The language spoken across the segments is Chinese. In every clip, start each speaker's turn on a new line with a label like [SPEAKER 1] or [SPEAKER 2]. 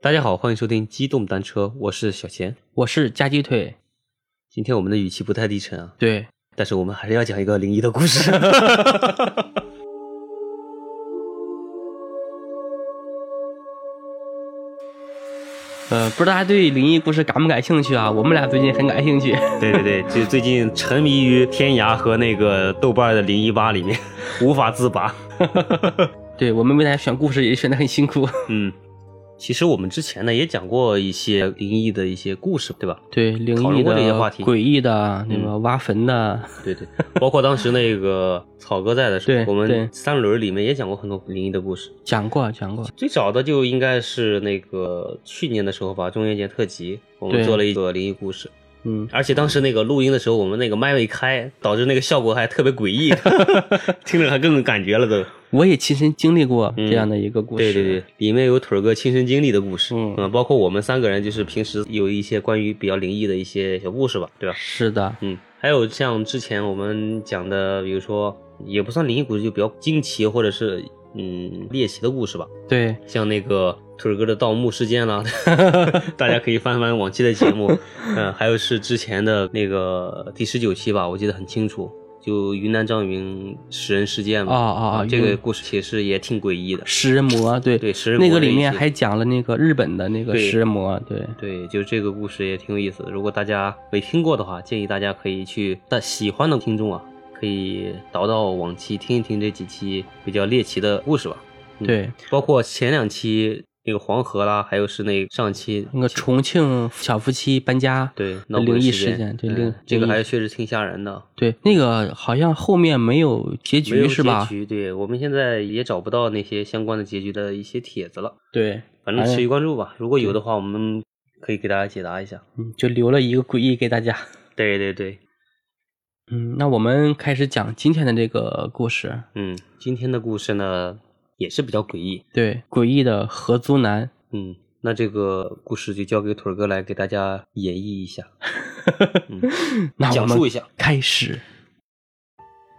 [SPEAKER 1] 大家好，欢迎收听机动单车，我是小贤。
[SPEAKER 2] 我是夹鸡腿，
[SPEAKER 1] 今天我们的语气不太低沉啊，
[SPEAKER 2] 对，
[SPEAKER 1] 但是我们还是要讲一个灵异的故 事。
[SPEAKER 2] 呃，不知道大家对灵异故事感不感兴趣啊？我们俩最近很感兴趣。
[SPEAKER 1] 对对对，就最近沉迷于天涯和那个豆瓣的零一八 里面，无法自拔。
[SPEAKER 2] 对我们为大家选故事也选的很辛苦。
[SPEAKER 1] 嗯，其实我们之前呢也讲过一些灵异的一些故事，对吧？
[SPEAKER 2] 对，灵
[SPEAKER 1] 讨
[SPEAKER 2] 异
[SPEAKER 1] 论过
[SPEAKER 2] 的、
[SPEAKER 1] 这些话题
[SPEAKER 2] 诡异的，那
[SPEAKER 1] 嗯
[SPEAKER 2] 个挖坟的，
[SPEAKER 1] 对对， 包括当时那个草哥在的时
[SPEAKER 2] 对
[SPEAKER 1] 候，我们
[SPEAKER 2] 对
[SPEAKER 1] 三轮里面也讲过很多灵异的故事。
[SPEAKER 2] 讲过讲过。
[SPEAKER 1] 最早的就应该是那个去年的时候吧，中元节特辑，我们
[SPEAKER 2] 对
[SPEAKER 1] 做了一个灵异故事，
[SPEAKER 2] 嗯，
[SPEAKER 1] 而且当时那个录音的时候，我们那个麦未开，导致那个效果还特别诡 异，听着还更有感觉了都。
[SPEAKER 2] 我也亲身经历过这样的一个故
[SPEAKER 1] 对
[SPEAKER 2] 事。
[SPEAKER 1] 对对，里面有腿儿哥亲身经历的故事，
[SPEAKER 2] 嗯
[SPEAKER 1] 包括我们三个人就是平时有一些关于比较灵异的一些小故事吧，对吧？
[SPEAKER 2] 是的，
[SPEAKER 1] 嗯，还有像之前我们讲的，比如说也不算灵异故事，就比较惊奇或者是嗯猎奇的故事吧，
[SPEAKER 2] 对
[SPEAKER 1] 像那个腿儿哥的盗墓事件啦， 大家可以翻翻往期的节目，嗯，还有是之前的那个第十九期吧，我记得很清楚，就云南壮云食人事件嘛，
[SPEAKER 2] 啊啊啊
[SPEAKER 1] 这个
[SPEAKER 2] 云
[SPEAKER 1] 故事其实也挺诡异的，
[SPEAKER 2] 食人魔，对
[SPEAKER 1] 对食人魔
[SPEAKER 2] 那个
[SPEAKER 1] 这
[SPEAKER 2] 里
[SPEAKER 1] 一
[SPEAKER 2] 面
[SPEAKER 1] 期
[SPEAKER 2] 还讲了那个日本的那个
[SPEAKER 1] 对
[SPEAKER 2] 食人魔，对
[SPEAKER 1] 对，就这个故事也挺有意思的。如果大家没听过的话，建议大家可以去，但喜欢的听众啊，可以倒到往期听一听这几期比较猎奇的故事吧。嗯
[SPEAKER 2] 对，
[SPEAKER 1] 包括前两期那个黄河啦，还有是那上期
[SPEAKER 2] 那个重庆小夫妻搬家，
[SPEAKER 1] 对闹
[SPEAKER 2] 灵
[SPEAKER 1] 鬼
[SPEAKER 2] 异
[SPEAKER 1] 事
[SPEAKER 2] 事件，对
[SPEAKER 1] 嗯
[SPEAKER 2] 灵
[SPEAKER 1] 这个
[SPEAKER 2] 灵异
[SPEAKER 1] 还确实挺吓人的。
[SPEAKER 2] 对那个好像后面没有结
[SPEAKER 1] 没有
[SPEAKER 2] 局是吧
[SPEAKER 1] 结？局对我们现在也找不到那些相关的结局的一些帖子了，
[SPEAKER 2] 对，
[SPEAKER 1] 反正
[SPEAKER 2] 哎
[SPEAKER 1] 持续关注吧。如果有的话，我们可以给大家解答一下。
[SPEAKER 2] 嗯，就留了一个诡异给大家。
[SPEAKER 1] 对对对，
[SPEAKER 2] 嗯，那我们开始讲今天的这个故事。
[SPEAKER 1] 嗯，今天的故事呢也是比较诡异，
[SPEAKER 2] 对，诡异的合租男。
[SPEAKER 1] 嗯，那这个故事就交给腿儿哥来给大家演绎一下，嗯、
[SPEAKER 2] 那我
[SPEAKER 1] 讲述一
[SPEAKER 2] 们
[SPEAKER 1] 下。
[SPEAKER 2] 开始。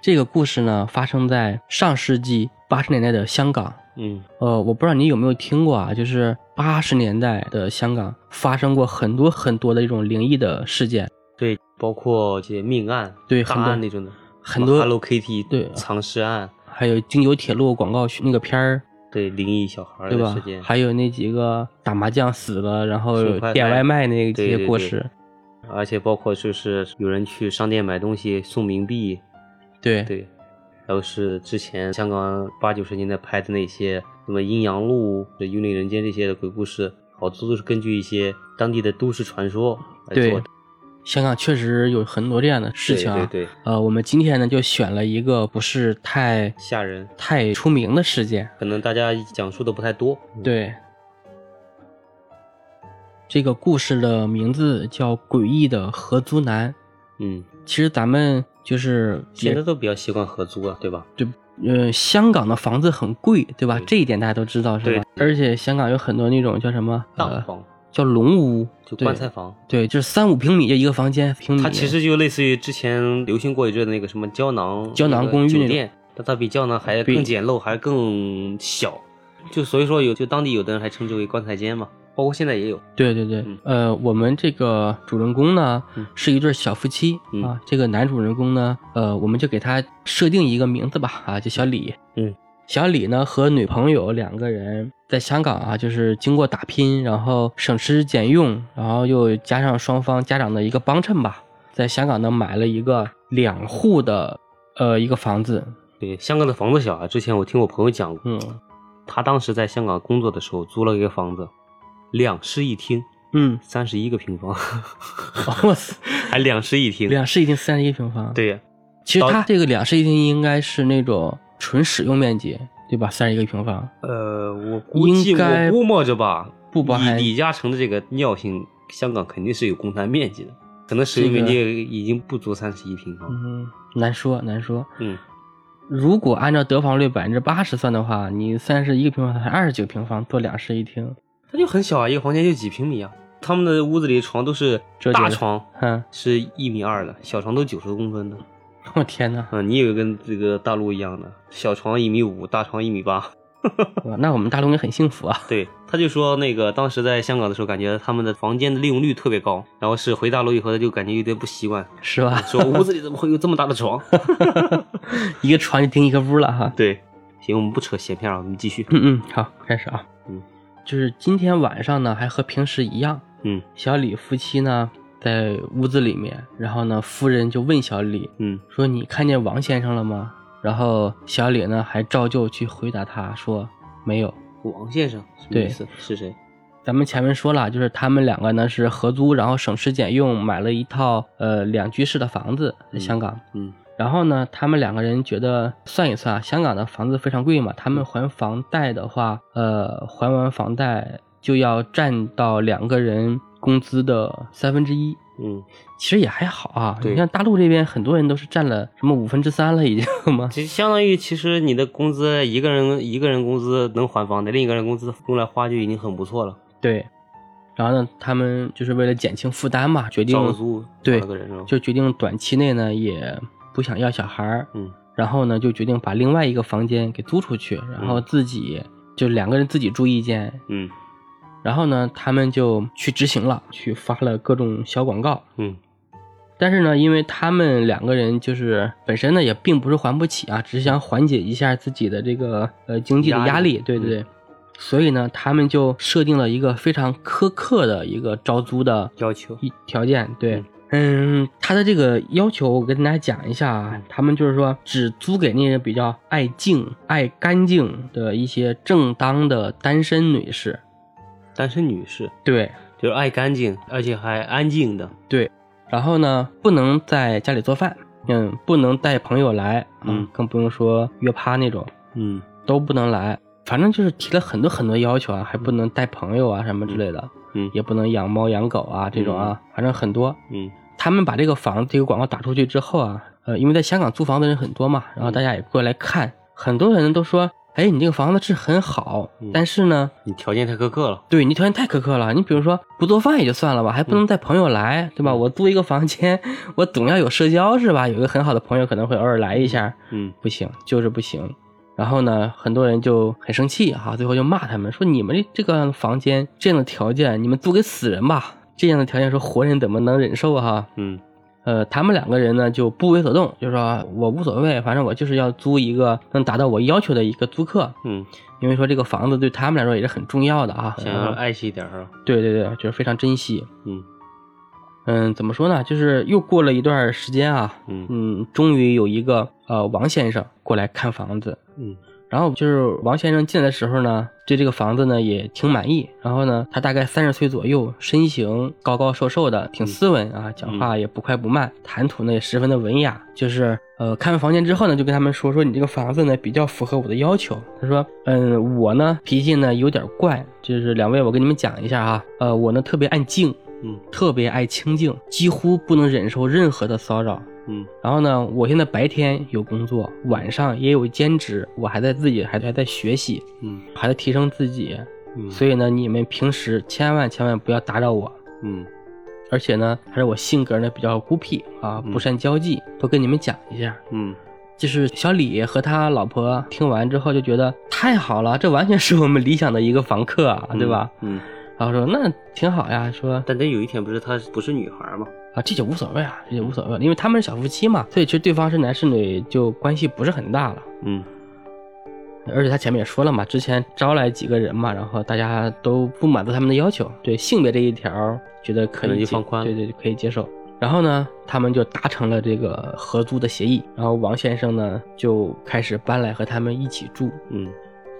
[SPEAKER 2] 这个故事呢，发生在上世纪八十年代的香港。
[SPEAKER 1] 嗯
[SPEAKER 2] 呃，我不知道你有没有听过啊，就是八十年代的香港发生过很多很多的这种灵异的事件。
[SPEAKER 1] 对，包括这些命案、
[SPEAKER 2] 对
[SPEAKER 1] 大
[SPEAKER 2] 很多
[SPEAKER 1] 案那种的，
[SPEAKER 2] 很多
[SPEAKER 1] Hello Kitty
[SPEAKER 2] 对
[SPEAKER 1] 藏尸案，
[SPEAKER 2] 还有京九铁路广告那个片儿，
[SPEAKER 1] 对灵异小孩儿
[SPEAKER 2] 对
[SPEAKER 1] 的
[SPEAKER 2] 吧
[SPEAKER 1] 事件，？
[SPEAKER 2] 还有那几个打麻将死了，然后
[SPEAKER 1] 送外
[SPEAKER 2] 点
[SPEAKER 1] 卖
[SPEAKER 2] 外卖那
[SPEAKER 1] 对
[SPEAKER 2] 这些
[SPEAKER 1] 对
[SPEAKER 2] 故
[SPEAKER 1] 对
[SPEAKER 2] 事，
[SPEAKER 1] 而且包括就是有人去商店买东西送冥币，
[SPEAKER 2] 对
[SPEAKER 1] 对，还有是之前香港八九十年代拍的那些什么《阴阳路》《幽灵人间》这些的鬼故事，好多都是根据一些当地的都市传说来做
[SPEAKER 2] 对
[SPEAKER 1] 的。，
[SPEAKER 2] 香港确实有很多这样的事情啊。
[SPEAKER 1] 对对对，
[SPEAKER 2] 呃，我们今天呢就选了一个不是太
[SPEAKER 1] 吓人，
[SPEAKER 2] 太出名的事件。
[SPEAKER 1] 可能大家讲述的不太多。
[SPEAKER 2] 对，这个故事的名字叫《诡异的合租男》。
[SPEAKER 1] 嗯，
[SPEAKER 2] 其实咱们就是
[SPEAKER 1] 现在
[SPEAKER 2] 也
[SPEAKER 1] 都比较习惯合租了，对吧？
[SPEAKER 2] 对，呃，香港的房子很贵，对吧？
[SPEAKER 1] 对
[SPEAKER 2] 这一点大家都知道是吧？而且香港有很多那种叫什么
[SPEAKER 1] 当
[SPEAKER 2] 呃，
[SPEAKER 1] 房
[SPEAKER 2] 叫龙屋，
[SPEAKER 1] 就
[SPEAKER 2] 对
[SPEAKER 1] 棺材房，
[SPEAKER 2] 对，就是三五平米就一个房间，平米。
[SPEAKER 1] 它其实就类似于之前流行过一阵的那个什么胶囊
[SPEAKER 2] 胶囊
[SPEAKER 1] 那个
[SPEAKER 2] 公寓
[SPEAKER 1] 酒
[SPEAKER 2] 那
[SPEAKER 1] 店，但它比胶囊还
[SPEAKER 2] 比
[SPEAKER 1] 更简陋，还更小。就所以说有，就当地有的人还称之为棺材间嘛，包括现在也有。
[SPEAKER 2] 对对对
[SPEAKER 1] 嗯，
[SPEAKER 2] 呃，我们这个主人公呢
[SPEAKER 1] 嗯
[SPEAKER 2] 是一对小夫妻
[SPEAKER 1] 嗯
[SPEAKER 2] 啊，这个男主人公呢，呃，我们就给他设定一个名字吧，啊，叫小李。
[SPEAKER 1] 嗯，
[SPEAKER 2] 小李呢和女朋友两个人在香港啊，就是经过打拼，然后省吃俭用，然后又加上双方家长的一个帮衬吧，在香港呢买了一个两户的呃一个房子，
[SPEAKER 1] 对，香港的房子小啊，之前我听我朋友讲过，
[SPEAKER 2] 嗯
[SPEAKER 1] 他当时在香港工作的时候租了一个房子，两室一厅，
[SPEAKER 2] 嗯，
[SPEAKER 1] 三十一个平方，
[SPEAKER 2] 哇塞，
[SPEAKER 1] 还两室一厅。
[SPEAKER 2] 哦两室一厅三十一平方，
[SPEAKER 1] 对呀，
[SPEAKER 2] 其实它这个两室一厅应该是那种纯使用面积，对吧？三十一个平方，
[SPEAKER 1] 呃，我估计
[SPEAKER 2] 应该
[SPEAKER 1] 我估摸着吧，
[SPEAKER 2] 不包含
[SPEAKER 1] 以李嘉诚的这个尿性，香港肯定是有公摊面积的，可能实际面积已经不足三十一平方。
[SPEAKER 2] 嗯，难说难说。
[SPEAKER 1] 嗯，
[SPEAKER 2] 如果按照得房率百分之八十算的话，你三十一个平方才二十九平方，做两室一厅，
[SPEAKER 1] 它就很小啊，一个房间就几平米啊。他们的屋子里床都是
[SPEAKER 2] 折叠的
[SPEAKER 1] 大床
[SPEAKER 2] 嗯，
[SPEAKER 1] 是一米二的，小床都九十公分的。
[SPEAKER 2] 我天哪，
[SPEAKER 1] 嗯，你以为跟这个大陆一样的，小床一米五，大床一米八。
[SPEAKER 2] 对吧那我们大陆应该很幸福啊。
[SPEAKER 1] 对，他就说那个当时在香港的时候，感觉他们的房间的利用率特别高，然后是回大陆以后，他就感觉有点不习惯，
[SPEAKER 2] 是吧？
[SPEAKER 1] 说屋子里怎么会有这么大的床？
[SPEAKER 2] 一个床就顶一个屋了哈。
[SPEAKER 1] 对，行，我们不扯闲篇了，我们继续。
[SPEAKER 2] 嗯嗯，好，开始啊。
[SPEAKER 1] 嗯，
[SPEAKER 2] 就是今天晚上呢，还和平时一样，
[SPEAKER 1] 嗯
[SPEAKER 2] 小李夫妻呢在屋子里面，然后呢，夫人就问小李
[SPEAKER 1] 嗯
[SPEAKER 2] 说：“你看见王先生了吗？”然后小李呢还照旧去回答他说：“没有。”
[SPEAKER 1] 王先生什么
[SPEAKER 2] 对
[SPEAKER 1] 意思？是谁？
[SPEAKER 2] 咱们前面说了，就是他们两个呢是合租，然后省吃俭用买了一套呃两居室的房子在香港。
[SPEAKER 1] 嗯
[SPEAKER 2] 然后呢，他们两个人觉得算一算，香港的房子非常贵嘛，他们还房贷的话，呃，还完房贷呃就要占到两个人工资的三分之一。
[SPEAKER 1] 嗯，
[SPEAKER 2] 其实也还好啊，
[SPEAKER 1] 对
[SPEAKER 2] 你看大陆这边很多人都是占了什么五分之三了已经嘛。
[SPEAKER 1] 嗯其实相当于其实你的工资，一个人一个人工资能还房贷，另一个人工资用来花就已经很不错了，
[SPEAKER 2] 对，然后呢，他们就是为了减轻负担嘛，决定
[SPEAKER 1] 照个租，
[SPEAKER 2] 对
[SPEAKER 1] 找了个人是吧？
[SPEAKER 2] 就决定短期内呢也不想要小孩儿，
[SPEAKER 1] 嗯
[SPEAKER 2] 然后呢就决定把另外一个房间给租出去，然后自己、就两个人自己住一间，
[SPEAKER 1] 嗯
[SPEAKER 2] 然后呢他们就去执行了，去发了各种小广告。
[SPEAKER 1] 嗯
[SPEAKER 2] 但是呢，因为他们两个人就是本身呢也并不是还不起啊，只是想缓解一下自己的这个呃经济的
[SPEAKER 1] 压
[SPEAKER 2] 压
[SPEAKER 1] 力嗯
[SPEAKER 2] 力，对对对。所以呢，他们就设定了一个非常苛刻的一个招租的
[SPEAKER 1] 要求
[SPEAKER 2] 一条件，对，嗯，他的这个要求我跟大家讲一下啊，他们就是说只租给那些比较爱静、爱干净的一些正当的单身女士，
[SPEAKER 1] 单身女士
[SPEAKER 2] 对
[SPEAKER 1] 就是爱干净，而且还安静的，
[SPEAKER 2] 对，然后呢，不能在家里做饭，嗯，不能带朋友来，
[SPEAKER 1] 嗯
[SPEAKER 2] 嗯，更不用说约趴那种，
[SPEAKER 1] 嗯
[SPEAKER 2] 都不能来，反正就是提了很多很多要求啊，还不能带朋友啊什么之类的，
[SPEAKER 1] 嗯
[SPEAKER 2] 也不能养猫养狗啊这种啊，反正很多，
[SPEAKER 1] 嗯
[SPEAKER 2] 他们把这个房这个广告打出去之后啊，呃，因为在香港租房的人很多嘛，然后大家也过来看，很多人都说，哎，你这个房子是很好，
[SPEAKER 1] 嗯
[SPEAKER 2] 但是呢，
[SPEAKER 1] 你条件太苛刻了，
[SPEAKER 2] 对你条件太苛刻了。你比如说不做饭也就算了吧，还不能带朋友来，
[SPEAKER 1] 嗯
[SPEAKER 2] 对吧？我租一个房间， 我总要有社交是吧？有一个很好的朋友可能会偶尔来一下，
[SPEAKER 1] 嗯
[SPEAKER 2] 不行，就是不行。然后呢，很多人就很生气哈、最后就骂他们说：“你们这个房间这样的条件，你们租给死人吧！这样的条件，说活人怎么能忍受啊哈、
[SPEAKER 1] 嗯
[SPEAKER 2] 呃，他们两个人呢就不为所动，就说我无所谓，反正我就是要租一个能达到我要求的一个租客，
[SPEAKER 1] 嗯，
[SPEAKER 2] 因为说这个房子对他们来说也是很重要的啊。
[SPEAKER 1] 想要爱惜一点儿啊，
[SPEAKER 2] 对对对，就是非常珍惜。
[SPEAKER 1] 嗯
[SPEAKER 2] 嗯，怎么说呢？就是又过了一段时间啊，
[SPEAKER 1] 嗯
[SPEAKER 2] 嗯，终于有一个呃王先生过来看房子，
[SPEAKER 1] 嗯
[SPEAKER 2] 然后就是王先生进来的时候呢，对这个房子呢也挺满意。然后呢，他大概三十岁左右，身形高高瘦瘦的，挺斯文啊，讲话也不快不慢，谈吐呢也十分的文雅。就是呃，看完房间之后呢，就跟他们说说你这个房子呢比较符合我的要求。他说，嗯，我呢脾气呢有点怪，就是两位我跟你们讲一下啊，呃，我呢特别爱静，
[SPEAKER 1] 嗯
[SPEAKER 2] 特别爱清静，几乎不能忍受任何的骚扰。
[SPEAKER 1] 嗯
[SPEAKER 2] 然后呢，我现在白天有工作，晚上也有兼职，我还在自己还还在学习，
[SPEAKER 1] 嗯
[SPEAKER 2] 还在提升自己。
[SPEAKER 1] 嗯，
[SPEAKER 2] 所以呢，你们平时千万千万不要打扰我。
[SPEAKER 1] 嗯
[SPEAKER 2] 而且呢，还是我性格呢比较孤僻啊，
[SPEAKER 1] 嗯
[SPEAKER 2] 不善交际，都跟你们讲一下。
[SPEAKER 1] 嗯
[SPEAKER 2] 就是小李和他老婆听完之后就觉得太好了，这完全是我们理想的一个房客啊，对吧？？
[SPEAKER 1] 嗯，
[SPEAKER 2] 然后说那挺好呀，说
[SPEAKER 1] 但真有一天不是她不是女孩儿吗？
[SPEAKER 2] 啊，这就无所谓啊，这就无所谓了，因为他们是小夫妻嘛，所以其实对方是男是女就关系不是很大了。
[SPEAKER 1] 嗯
[SPEAKER 2] 而且他前面也说了嘛，之前招来几个人嘛，然后大家都不满足他们的要求，对性别这一条觉得可
[SPEAKER 1] 可能
[SPEAKER 2] 以
[SPEAKER 1] 就
[SPEAKER 2] 接
[SPEAKER 1] 放宽了
[SPEAKER 2] 对对，可以接受。然后呢，他们就达成了这个合租的协议，然后王先生呢就开始搬来和他们一起住。
[SPEAKER 1] 嗯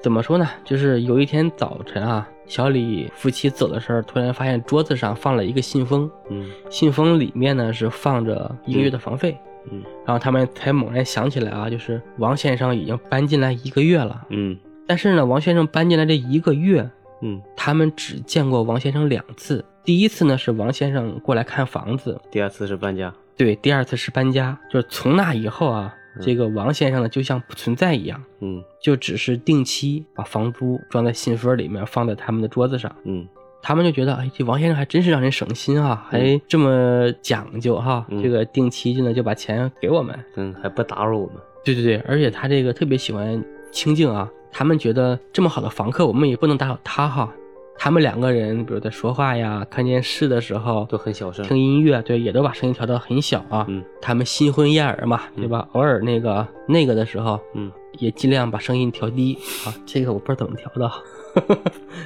[SPEAKER 2] 怎么说呢？就是有一天早晨啊，小李夫妻走的时候，突然发现桌子上放了一个信封，
[SPEAKER 1] 嗯
[SPEAKER 2] 信封里面呢是放着一个月的房费。
[SPEAKER 1] 嗯
[SPEAKER 2] 然后他们才猛然想起来啊，就是王先生已经搬进来一个月了，
[SPEAKER 1] 嗯
[SPEAKER 2] 但是呢，王先生搬进来这一个月，
[SPEAKER 1] 嗯，
[SPEAKER 2] 他们只见过王先生两次。第一次呢是王先生过来看房子，
[SPEAKER 1] 第二次是搬家，
[SPEAKER 2] 对，第二次是搬家。就是从那以后啊，
[SPEAKER 1] 嗯
[SPEAKER 2] 这个王先生呢就像不存在一样，
[SPEAKER 1] 嗯
[SPEAKER 2] 就只是定期把房租装在信封里面，放在他们的桌子上。
[SPEAKER 1] 嗯
[SPEAKER 2] 他们就觉得，哎，这王先生还真是让人省心啊，还这么讲究哈、
[SPEAKER 1] 嗯
[SPEAKER 2] 这个定期呢就把钱给我们，
[SPEAKER 1] 嗯，还不打扰我们，
[SPEAKER 2] 对对对，而且他这个特别喜欢清静啊，他们觉得这么好的房客，我们也不能打扰他哈。他们两个人，比如在说话呀、看电视的时候，
[SPEAKER 1] 都很小声
[SPEAKER 2] 听音乐，对，也都把声音调到很小啊。
[SPEAKER 1] 嗯
[SPEAKER 2] 他们新婚燕尔嘛，对吧？偶尔那个那个的时候，
[SPEAKER 1] 嗯
[SPEAKER 2] 也尽量把声音调低啊。这个我不知道怎么调的，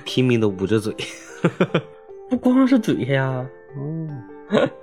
[SPEAKER 1] 拼命的捂着嘴。
[SPEAKER 2] 不光是嘴呀、
[SPEAKER 1] 哦，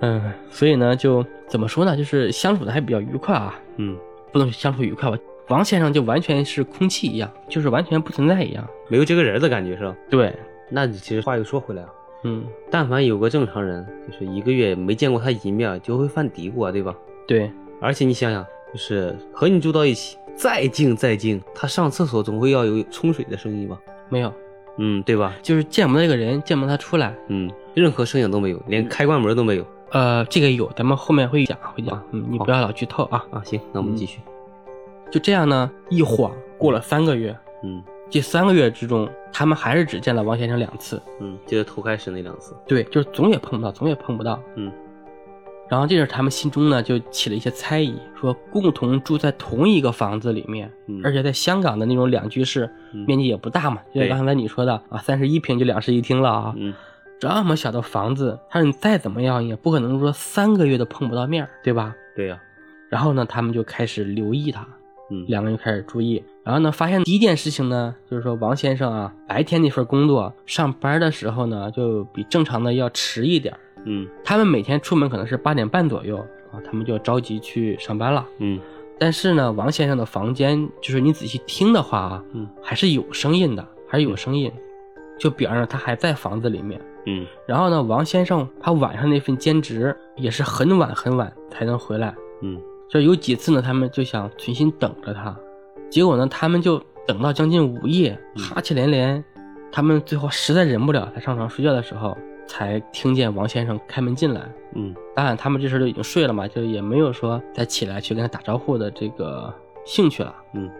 [SPEAKER 2] 嗯，所以呢，就怎么说呢，就是相处的还比较愉快啊，
[SPEAKER 1] 嗯，
[SPEAKER 2] 不能相处愉快吧。王先生就完全是空气一样，就是完全不存在一样。
[SPEAKER 1] 没有这个人的感觉是吧？
[SPEAKER 2] 对，
[SPEAKER 1] 那你其实话又说回来啊，
[SPEAKER 2] 嗯，
[SPEAKER 1] 但凡有个正常人，就是一个月没见过他一面，就会犯嘀咕啊，对吧？
[SPEAKER 2] 对，
[SPEAKER 1] 而且你想想，就是和你住到一起，再静再静，他上厕所总会要有冲水的声音吧？
[SPEAKER 2] 没有，
[SPEAKER 1] 嗯，对吧？
[SPEAKER 2] 就是见不到这个人，见不到他出来。
[SPEAKER 1] 嗯，任何声音都没有，连开关门都没有
[SPEAKER 2] 呃，这个有，咱们后面会讲，会讲
[SPEAKER 1] 啊。
[SPEAKER 2] 嗯，你
[SPEAKER 1] 好
[SPEAKER 2] 不要老剧透啊。
[SPEAKER 1] 啊。行，那我们继续。
[SPEAKER 2] 就这样呢，一晃过了三个月，
[SPEAKER 1] 嗯
[SPEAKER 2] 这三个月之中，他们还是只见了王先生两次。
[SPEAKER 1] 嗯，记得头开始那两次。
[SPEAKER 2] 对，就是总也碰不到，总也碰不到。
[SPEAKER 1] 嗯
[SPEAKER 2] 然后这时候他们心中呢就起了一些猜疑，说共同住在同一个房子里面，
[SPEAKER 1] 嗯，
[SPEAKER 2] 而且在香港的那种两居室
[SPEAKER 1] 嗯
[SPEAKER 2] 面积也不大嘛，就像
[SPEAKER 1] 对
[SPEAKER 2] 刚才你说的啊，三十一平就两室一厅了啊，
[SPEAKER 1] 嗯
[SPEAKER 2] 这么小的房子，他说你再怎么样也不可能说三个月都碰不到面儿，对吧？
[SPEAKER 1] 对呀、
[SPEAKER 2] 然后呢，他们就开始留意他，
[SPEAKER 1] 嗯
[SPEAKER 2] 两个人就开始注意。然后呢，发现第一件事情呢，就是说王先生啊，白天那份工作上班的时候呢，就比正常的要迟一点儿。
[SPEAKER 1] 嗯
[SPEAKER 2] 他们每天出门可能是八点半左右啊，他们就着急去上班了。
[SPEAKER 1] 嗯
[SPEAKER 2] 但是呢，王先生的房间，就是你仔细听的话啊，
[SPEAKER 1] 嗯
[SPEAKER 2] 还是有声音的，还是有声音，就表示他还在房子里面。
[SPEAKER 1] 嗯
[SPEAKER 2] 然后呢，王先生他晚上那份兼职也是很晚很晚才能回来，
[SPEAKER 1] 嗯
[SPEAKER 2] 就有几次呢，他们就想存心等着他，结果呢，他们就等到将近午夜，
[SPEAKER 1] 嗯
[SPEAKER 2] 哈气连连，他们最后实在忍不了，才上床睡觉的时候，才听见王先生开门进来。
[SPEAKER 1] 嗯
[SPEAKER 2] 当然，他们这时候就已经睡了嘛，就也没有说再起来去跟他打招呼的这个兴趣了。
[SPEAKER 1] 嗯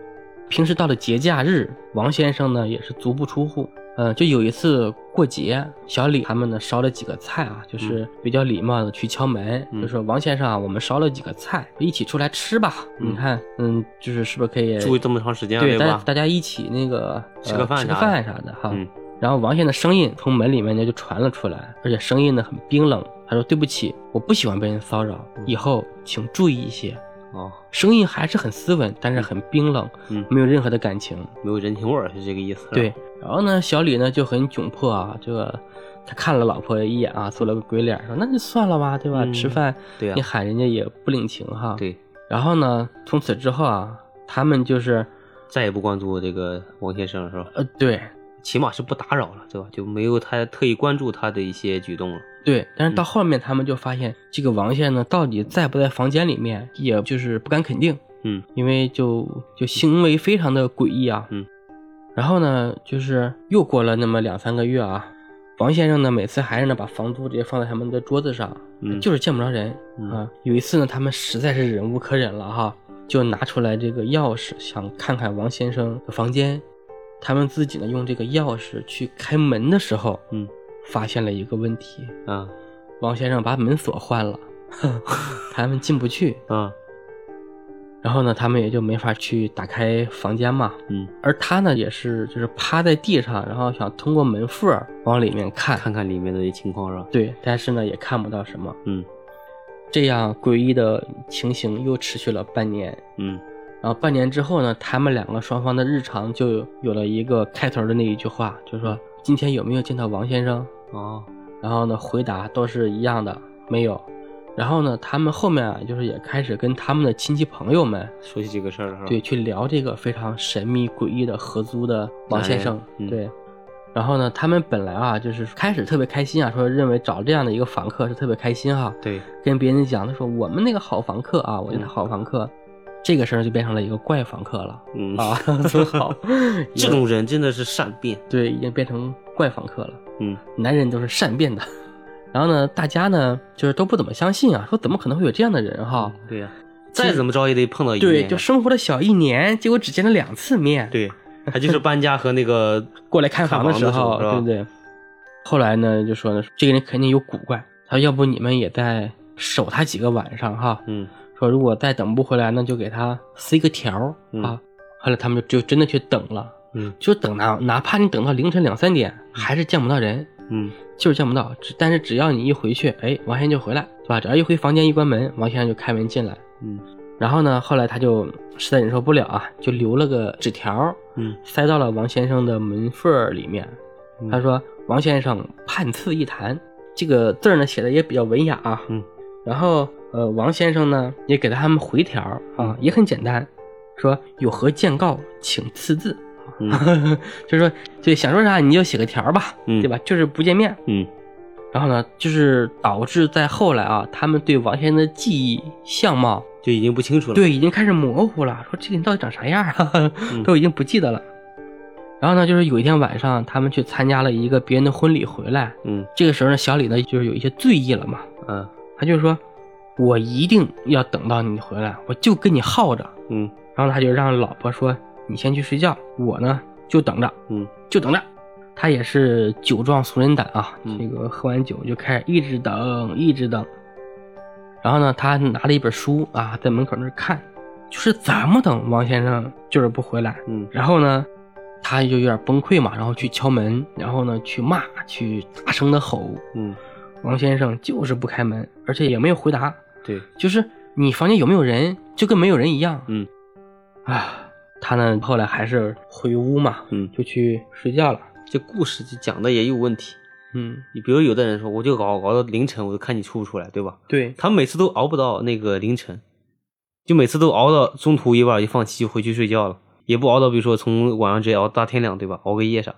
[SPEAKER 2] 平时到了节假日，王先生呢也是足不出户。嗯，就有一次过节，小李他们呢烧了几个菜啊，就是比较礼貌的去敲门，
[SPEAKER 1] 嗯
[SPEAKER 2] 就说王先生啊，我们烧了几个菜，一起出来吃吧。
[SPEAKER 1] 嗯
[SPEAKER 2] 你看，嗯，就是是不是可以
[SPEAKER 1] 住这么长时间了
[SPEAKER 2] 对，大家
[SPEAKER 1] 吧？
[SPEAKER 2] 大家一起那个、呃、
[SPEAKER 1] 吃个饭
[SPEAKER 2] 吃个
[SPEAKER 1] 啥的
[SPEAKER 2] 饭啥的哈。
[SPEAKER 1] 嗯
[SPEAKER 2] 然后王先生的声音从门里面呢就传了出来，而且声音呢很冰冷。他说：“对不起，我不喜欢被人骚扰，
[SPEAKER 1] 嗯
[SPEAKER 2] 以后请注意一些。”
[SPEAKER 1] 哦，
[SPEAKER 2] 声音还是很斯文，但是很冰冷，
[SPEAKER 1] 嗯，
[SPEAKER 2] 没有任何的感情。
[SPEAKER 1] 没有人情味儿是这个意思。是吧啊
[SPEAKER 2] 对，，然后呢，小李呢就很窘迫啊，这个他看了老婆一眼啊，做了个鬼脸，说：“那就算了吧，对吧？
[SPEAKER 1] 嗯
[SPEAKER 2] 吃饭
[SPEAKER 1] 对呀
[SPEAKER 2] 你喊人家也不领情哈。”。
[SPEAKER 1] 对，
[SPEAKER 2] 然后呢，从此之后啊，他们就是
[SPEAKER 1] 再也不关注这个王先生是吧？
[SPEAKER 2] 呃，对，
[SPEAKER 1] 起码是不打扰了，对吧？就没有他特意关注他的一些举动了。
[SPEAKER 2] 对，但
[SPEAKER 1] 嗯
[SPEAKER 2] 是到后面他们就发现、这个王先生呢，到底在不在房间里面，也就是不敢肯定，
[SPEAKER 1] 嗯
[SPEAKER 2] 因为就就行为非常的诡异啊。
[SPEAKER 1] 嗯。
[SPEAKER 2] 然后呢，就是又过了那么两三个月啊，王先生呢，每次还是呢把房租直接放在他们的桌子上，
[SPEAKER 1] 嗯，
[SPEAKER 2] 就是见不着人、
[SPEAKER 1] 嗯
[SPEAKER 2] 啊。有一次呢，他们实在是忍无可忍了哈，就拿出来这个钥匙，想看看王先生的房间。他们自己呢用这个钥匙去开门的时候，
[SPEAKER 1] 嗯
[SPEAKER 2] 发现了一个问题，
[SPEAKER 1] 啊
[SPEAKER 2] 王先生把门锁换了，他们进不去。
[SPEAKER 1] 啊
[SPEAKER 2] 然后呢，他们也就没法去打开房间嘛。
[SPEAKER 1] 嗯，
[SPEAKER 2] 而他呢，也是就是趴在地上，然后想通过门缝儿往里面看，
[SPEAKER 1] 看看里面的情况是吧？
[SPEAKER 2] 对，但是呢也看不到什么。
[SPEAKER 1] 嗯
[SPEAKER 2] 这样诡异的情形又持续了半年。
[SPEAKER 1] 嗯
[SPEAKER 2] 然后半年之后呢，他们两个双方的日常就有了一个开头的那一句话，就是说今天有没有见到王先生？
[SPEAKER 1] 哦
[SPEAKER 2] 然后呢，回答都是一样的，没有。然后呢，他们后面啊，就是也开始跟他们的亲戚朋友们，
[SPEAKER 1] 说起这个事儿了是吧？
[SPEAKER 2] 对，，去聊这个非常神秘诡异的合租的王先生，
[SPEAKER 1] 嗯
[SPEAKER 2] 对。然后呢，他们本来啊，就是开始特别开心啊，说认为找这样的一个房客是特别开心哈、
[SPEAKER 1] 对，
[SPEAKER 2] 跟别人讲，他说我们那个好房客啊，我就是
[SPEAKER 1] 嗯
[SPEAKER 2] 好房客，这个事儿就变成了一个怪房客了
[SPEAKER 1] 嗯
[SPEAKER 2] 啊， 多好，
[SPEAKER 1] 这种人真的是善变。
[SPEAKER 2] 对，已经变成怪房客了。
[SPEAKER 1] 嗯
[SPEAKER 2] 男人都是善变的。 然后呢，大家呢就是都不怎么相信啊，说怎么可能会有这样的人哈？
[SPEAKER 1] 对呀、再怎么着也得碰嗯到一
[SPEAKER 2] 啊对，
[SPEAKER 1] 面
[SPEAKER 2] 就生活了小一年，结果只见了两次面。，
[SPEAKER 1] 对，他就是搬家和那个
[SPEAKER 2] 过来看
[SPEAKER 1] 房
[SPEAKER 2] 的
[SPEAKER 1] 时
[SPEAKER 2] 候，
[SPEAKER 1] 是吧
[SPEAKER 2] 对不对？后来呢，就说呢，这个人肯定有古怪，他说要不你们也再守他几个晚上哈？
[SPEAKER 1] 嗯
[SPEAKER 2] 说如果再等不回来，那就给他塞个条儿、
[SPEAKER 1] 嗯
[SPEAKER 2] 啊。后来他们就就真的去等了，
[SPEAKER 1] 嗯
[SPEAKER 2] 就等哪哪怕你等到凌晨两三点，还是见不到人，
[SPEAKER 1] 嗯
[SPEAKER 2] 就是见不到。只但是只要你一回去，哎，王先生就回来，对吧？只要一回房间一关门，王先生就开门进来。
[SPEAKER 1] 嗯
[SPEAKER 2] 然后呢，后来他就实在忍受不了啊，就留了个纸条，
[SPEAKER 1] 嗯，
[SPEAKER 2] 塞到了王先生的门缝儿里面。
[SPEAKER 1] 嗯
[SPEAKER 2] 他说：“王先生判赐一坛。”这个字儿呢写的也比较文雅啊。
[SPEAKER 1] 嗯。
[SPEAKER 2] 然后呃，王先生呢也给了他们回条儿
[SPEAKER 1] 嗯
[SPEAKER 2] 啊，也很简单，说有何见告，请赐字。啊
[SPEAKER 1] 嗯
[SPEAKER 2] 就是说，对，想说啥你就写个条儿吧，
[SPEAKER 1] 嗯
[SPEAKER 2] 对吧？就是不见面。
[SPEAKER 1] 嗯
[SPEAKER 2] 然后呢，就是导致在后来啊，他们对王先生的记忆、相貌
[SPEAKER 1] 就已经不清楚了。
[SPEAKER 2] 对，已经开始模糊了，说这个人到底长啥样啊，
[SPEAKER 1] 嗯
[SPEAKER 2] 都已经不记得了。然后呢，就是有一天晚上，他们去参加了一个别人的婚礼回来，
[SPEAKER 1] 嗯
[SPEAKER 2] 这个时候呢，小李呢就是有一些醉意了嘛，
[SPEAKER 1] 啊
[SPEAKER 2] 他就说，我一定要等到你回来，我就跟你耗着。
[SPEAKER 1] 嗯
[SPEAKER 2] 然后他就让老婆说，你先去睡觉，我呢就等着，
[SPEAKER 1] 嗯
[SPEAKER 2] 就等着。他也是酒壮怂人胆啊，
[SPEAKER 1] 嗯
[SPEAKER 2] 这个喝完酒就开始一直等，一直等。然后呢，他拿了一本书啊，在门口那儿看，就是怎么等王先生就是不回来。
[SPEAKER 1] 嗯
[SPEAKER 2] 然后呢，他就有点崩溃嘛，然后去敲门，然后呢去骂，去大声的吼，
[SPEAKER 1] 嗯，
[SPEAKER 2] 王先生就是不开门，而且也没有回答，
[SPEAKER 1] 对，
[SPEAKER 2] 就是你房间有没有人，就跟没有人一样。
[SPEAKER 1] 嗯
[SPEAKER 2] 啊，他呢后来还是回屋嘛，
[SPEAKER 1] 嗯，
[SPEAKER 2] 就去睡觉了。
[SPEAKER 1] 这故事就讲的也有问题。
[SPEAKER 2] 嗯，
[SPEAKER 1] 你比如有的人说，我就熬熬到凌晨，我就看你出不出来，对吧？
[SPEAKER 2] 对，
[SPEAKER 1] 他每次都熬不到那个凌晨，就每次都熬到中途一半就放弃，就回去睡觉了，也不熬到比如说从晚上直接熬到大天亮，对吧？熬个夜啥的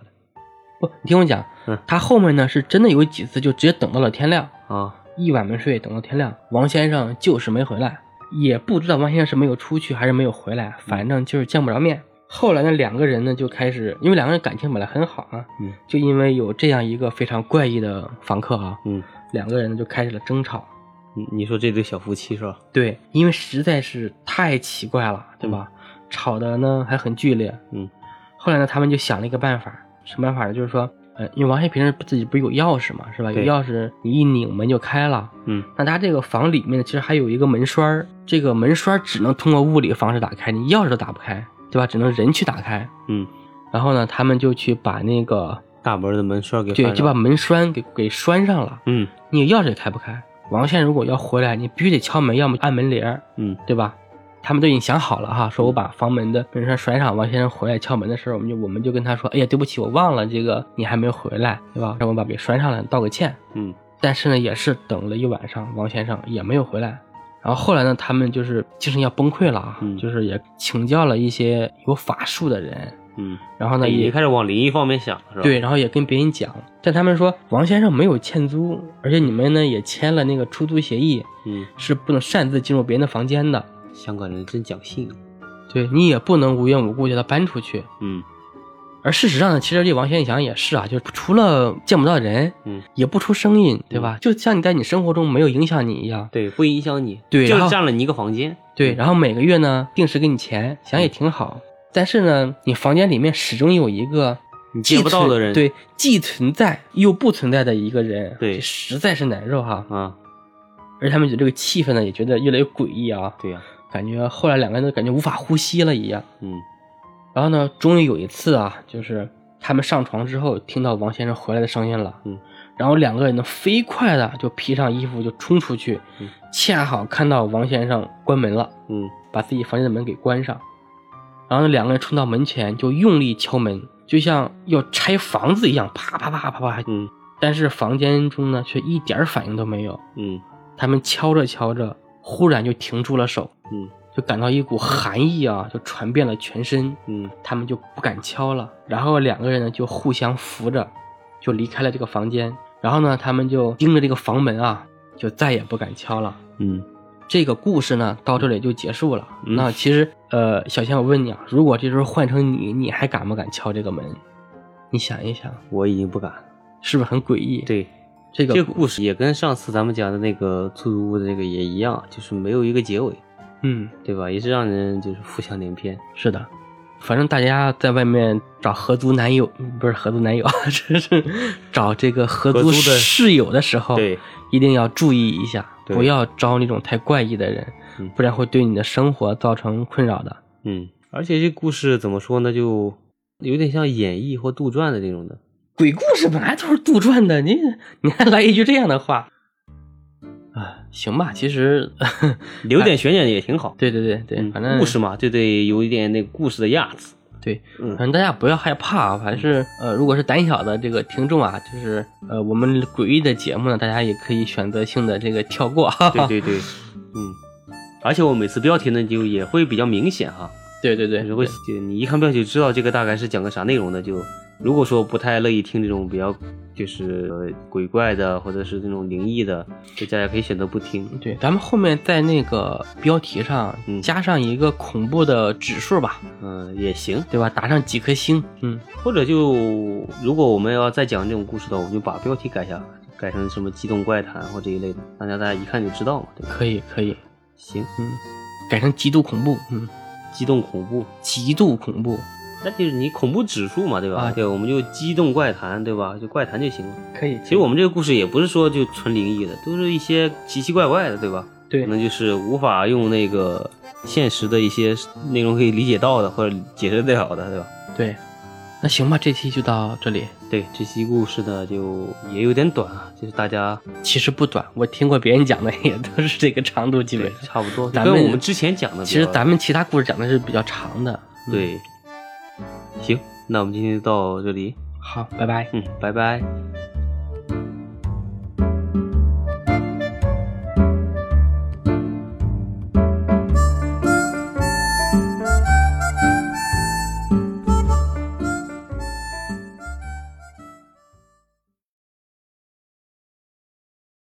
[SPEAKER 2] 不，哦你听我讲，
[SPEAKER 1] 嗯
[SPEAKER 2] 他后面呢是真的有几次就直接等到了天亮，
[SPEAKER 1] 啊，
[SPEAKER 2] 一晚没睡，等到天亮，王先生就是没回来，也不知道王先生是没有出去还是没有回来，反正就是见不着面。后来呢，两个人呢就开始，因为两个人感情本来很好啊，
[SPEAKER 1] 嗯
[SPEAKER 2] 就因为有这样一个非常怪异的房客啊，
[SPEAKER 1] 嗯，
[SPEAKER 2] 两个人呢就开始了争吵。
[SPEAKER 1] 你你说这对小夫妻是吧？
[SPEAKER 2] 对，因为实在是太奇怪了，对吧？吵的呢还很剧烈。
[SPEAKER 1] 嗯
[SPEAKER 2] 后来呢，他们就想了一个办法，什么办法呢？就是说，呃，因为王先平时自己不是有钥匙嘛，是吧？有
[SPEAKER 1] 对
[SPEAKER 2] 钥匙，你一拧门就开了。
[SPEAKER 1] 嗯
[SPEAKER 2] 那他这个房里面呢，其实还有一个门栓儿，这个门栓儿只能通过物理方式打开，你钥匙都打不开，对吧？只能人去打开。
[SPEAKER 1] 嗯，
[SPEAKER 2] 然后呢，他们就去把那个
[SPEAKER 1] 大门的门栓给
[SPEAKER 2] 对，
[SPEAKER 1] 翻
[SPEAKER 2] 就
[SPEAKER 1] 上
[SPEAKER 2] 把门栓给给栓上了。
[SPEAKER 1] 嗯
[SPEAKER 2] 你有钥匙也开不开。王先生如果要回来，你必须得敲门，要么按门铃儿，
[SPEAKER 1] 嗯
[SPEAKER 2] 对吧？他们都已经想好了哈，说我把房门的门栓栓上，王先生回来敲门的时候，我们就我们就跟他说，哎呀，对不起，我忘了这个你还没有回来，对吧？让我把给栓上了，道个歉。
[SPEAKER 1] 嗯
[SPEAKER 2] 但是呢，也是等了一晚上，王先生也没有回来。然后后来呢，他们就是精神要崩溃了啊，
[SPEAKER 1] 嗯
[SPEAKER 2] 就是也请教了一些有法术的人，
[SPEAKER 1] 嗯，
[SPEAKER 2] 然后呢
[SPEAKER 1] 也
[SPEAKER 2] 也
[SPEAKER 1] 开始啊往灵异方面想是吧？
[SPEAKER 2] 对，，然后也跟别人讲，但他们说王先生没有欠租，而且你们呢也签了那个出租协议，
[SPEAKER 1] 嗯，
[SPEAKER 2] 是不能擅自进入别人的房间的，
[SPEAKER 1] 香港人真讲信，
[SPEAKER 2] 对你也不能无缘无故叫他搬出去。
[SPEAKER 1] 嗯
[SPEAKER 2] 而事实上呢，其实这王先生想也是啊，就是除了见不到人，
[SPEAKER 1] 嗯，
[SPEAKER 2] 也不出声音，对吧？就像你在你生活中没有影响你一样，
[SPEAKER 1] 对，不影响你，
[SPEAKER 2] 对
[SPEAKER 1] 就
[SPEAKER 2] 然后
[SPEAKER 1] 是占了你一个房间，
[SPEAKER 2] 对。然后每个月呢定时给你钱，想也挺好，但是呢，你房间里面始终有一个
[SPEAKER 1] 你
[SPEAKER 2] 既
[SPEAKER 1] 见不到的
[SPEAKER 2] 存
[SPEAKER 1] 人，
[SPEAKER 2] 对，既存在又不存在的一个人，
[SPEAKER 1] 对
[SPEAKER 2] 这实在是难受哈。
[SPEAKER 1] 啊，
[SPEAKER 2] 而他们觉得这个气氛呢，也觉得越来越诡异啊，
[SPEAKER 1] 对呀，
[SPEAKER 2] 感觉后来两个人都感觉无法呼吸了一样。
[SPEAKER 1] 嗯
[SPEAKER 2] 然后呢，终于有一次啊，就是他们上床之后，听到王先生回来的声音了，
[SPEAKER 1] 嗯，
[SPEAKER 2] 然后两个人呢，飞快的就披上衣服就冲出去，
[SPEAKER 1] 嗯
[SPEAKER 2] 恰好看到王先生关门了，
[SPEAKER 1] 嗯
[SPEAKER 2] 把自己房间的门给关上，然后呢，两个人冲到门前就用力敲门，就像要拆房子一样，啪啪啪啪啪，
[SPEAKER 1] 嗯
[SPEAKER 2] 但是房间中呢，却一点儿反应都没有。
[SPEAKER 1] 嗯
[SPEAKER 2] 他们敲着敲着，忽然就停住了手，
[SPEAKER 1] 嗯
[SPEAKER 2] 就感到一股寒意啊，就传遍了全身。
[SPEAKER 1] 嗯
[SPEAKER 2] 他们就不敢敲了，然后两个人呢就互相扶着，就离开了这个房间。然后呢，他们就盯着这个房门啊，就再也不敢敲了。
[SPEAKER 1] 嗯
[SPEAKER 2] 这个故事呢，到这里就结束了。
[SPEAKER 1] 嗯
[SPEAKER 2] 那其实，呃，小仙，我问你啊，如果这时候换成你，你还敢不敢敲这个门？你想一想，
[SPEAKER 1] 我已经不敢了。
[SPEAKER 2] 是不是很诡异？，
[SPEAKER 1] 对，
[SPEAKER 2] 这个
[SPEAKER 1] 这个故事也跟上次咱们讲的那个出租屋的那个也一样，就是没有一个结尾，
[SPEAKER 2] 嗯，
[SPEAKER 1] 对吧？也是让人就是浮想联翩。
[SPEAKER 2] 是的，反正大家在外面找合租男友，嗯不是合租男友， 这是找这个合
[SPEAKER 1] 合
[SPEAKER 2] 租
[SPEAKER 1] 租的
[SPEAKER 2] 室友的时候，
[SPEAKER 1] 对，
[SPEAKER 2] 一定要注意一下，
[SPEAKER 1] 对
[SPEAKER 2] 不要招那种太怪异的人
[SPEAKER 1] 嗯，
[SPEAKER 2] 不然会对你的生活造成困扰的。
[SPEAKER 1] 嗯，而且这故事怎么说呢，就有点像演绎或杜撰的那种的。
[SPEAKER 2] 鬼故事本来都是杜撰的，你你还来一句这样的话，啊，行吧，其实
[SPEAKER 1] 留点悬念也挺好。
[SPEAKER 2] 对对对对，
[SPEAKER 1] 嗯
[SPEAKER 2] 反正
[SPEAKER 1] 故事嘛，就得有一点那个故事的样子。
[SPEAKER 2] 对，
[SPEAKER 1] 嗯
[SPEAKER 2] 反正大家不要害怕，啊，反正是呃，如果是胆小的这个听众啊，就是呃，我们诡异的节目呢，大家也可以选择性的这个跳过。啊
[SPEAKER 1] 对对 对，嗯。而且我每次标题呢，就也会比较明显哈，
[SPEAKER 2] 对对对
[SPEAKER 1] 如果就你一看标题就知道这个大概是讲个啥内容的，就如果说不太乐意听这种比较就是呃鬼怪的或者是那种灵异的，就大家可以选择不听。
[SPEAKER 2] 对，咱们后面在那个标题上
[SPEAKER 1] 嗯
[SPEAKER 2] 加上一个恐怖的指数吧，
[SPEAKER 1] 嗯、也行。
[SPEAKER 2] 对吧？打上几颗星，嗯，
[SPEAKER 1] 或者就如果我们要再讲这种故事的话，我们就把标题改下来，改成什么机动怪谈或这一类的，大家大家一看就知道嘛，对吧？
[SPEAKER 2] 可以可以，
[SPEAKER 1] 行，
[SPEAKER 2] 嗯，改成极度恐怖，嗯，
[SPEAKER 1] 机动恐怖，
[SPEAKER 2] 极度恐怖，
[SPEAKER 1] 那就是你恐怖指数嘛，对吧？
[SPEAKER 2] 啊
[SPEAKER 1] 对，我们就机动怪谈，对吧？就怪谈就行了。
[SPEAKER 2] 可以。
[SPEAKER 1] 其实我们这个故事也不是说就纯灵异的，都是一些奇奇怪怪的，对吧？
[SPEAKER 2] 对
[SPEAKER 1] 可能就是无法用那个现实的一些内容可以理解到的或者解释得了的，对吧？
[SPEAKER 2] 对，那行吧，这期就到这里。
[SPEAKER 1] 对，这期故事呢就也有点短啊，就是大家
[SPEAKER 2] 其实不短，我听过别人讲的也都是这个长度，基本
[SPEAKER 1] 对
[SPEAKER 2] 上。
[SPEAKER 1] 差不多，
[SPEAKER 2] 咱
[SPEAKER 1] 就
[SPEAKER 2] 们
[SPEAKER 1] 跟我们之前讲的比较，
[SPEAKER 2] 其实咱们其他故事讲的是比较长的。嗯，
[SPEAKER 1] 对，行，那我们今天就到这里，
[SPEAKER 2] 好，拜拜。
[SPEAKER 1] 嗯，拜拜。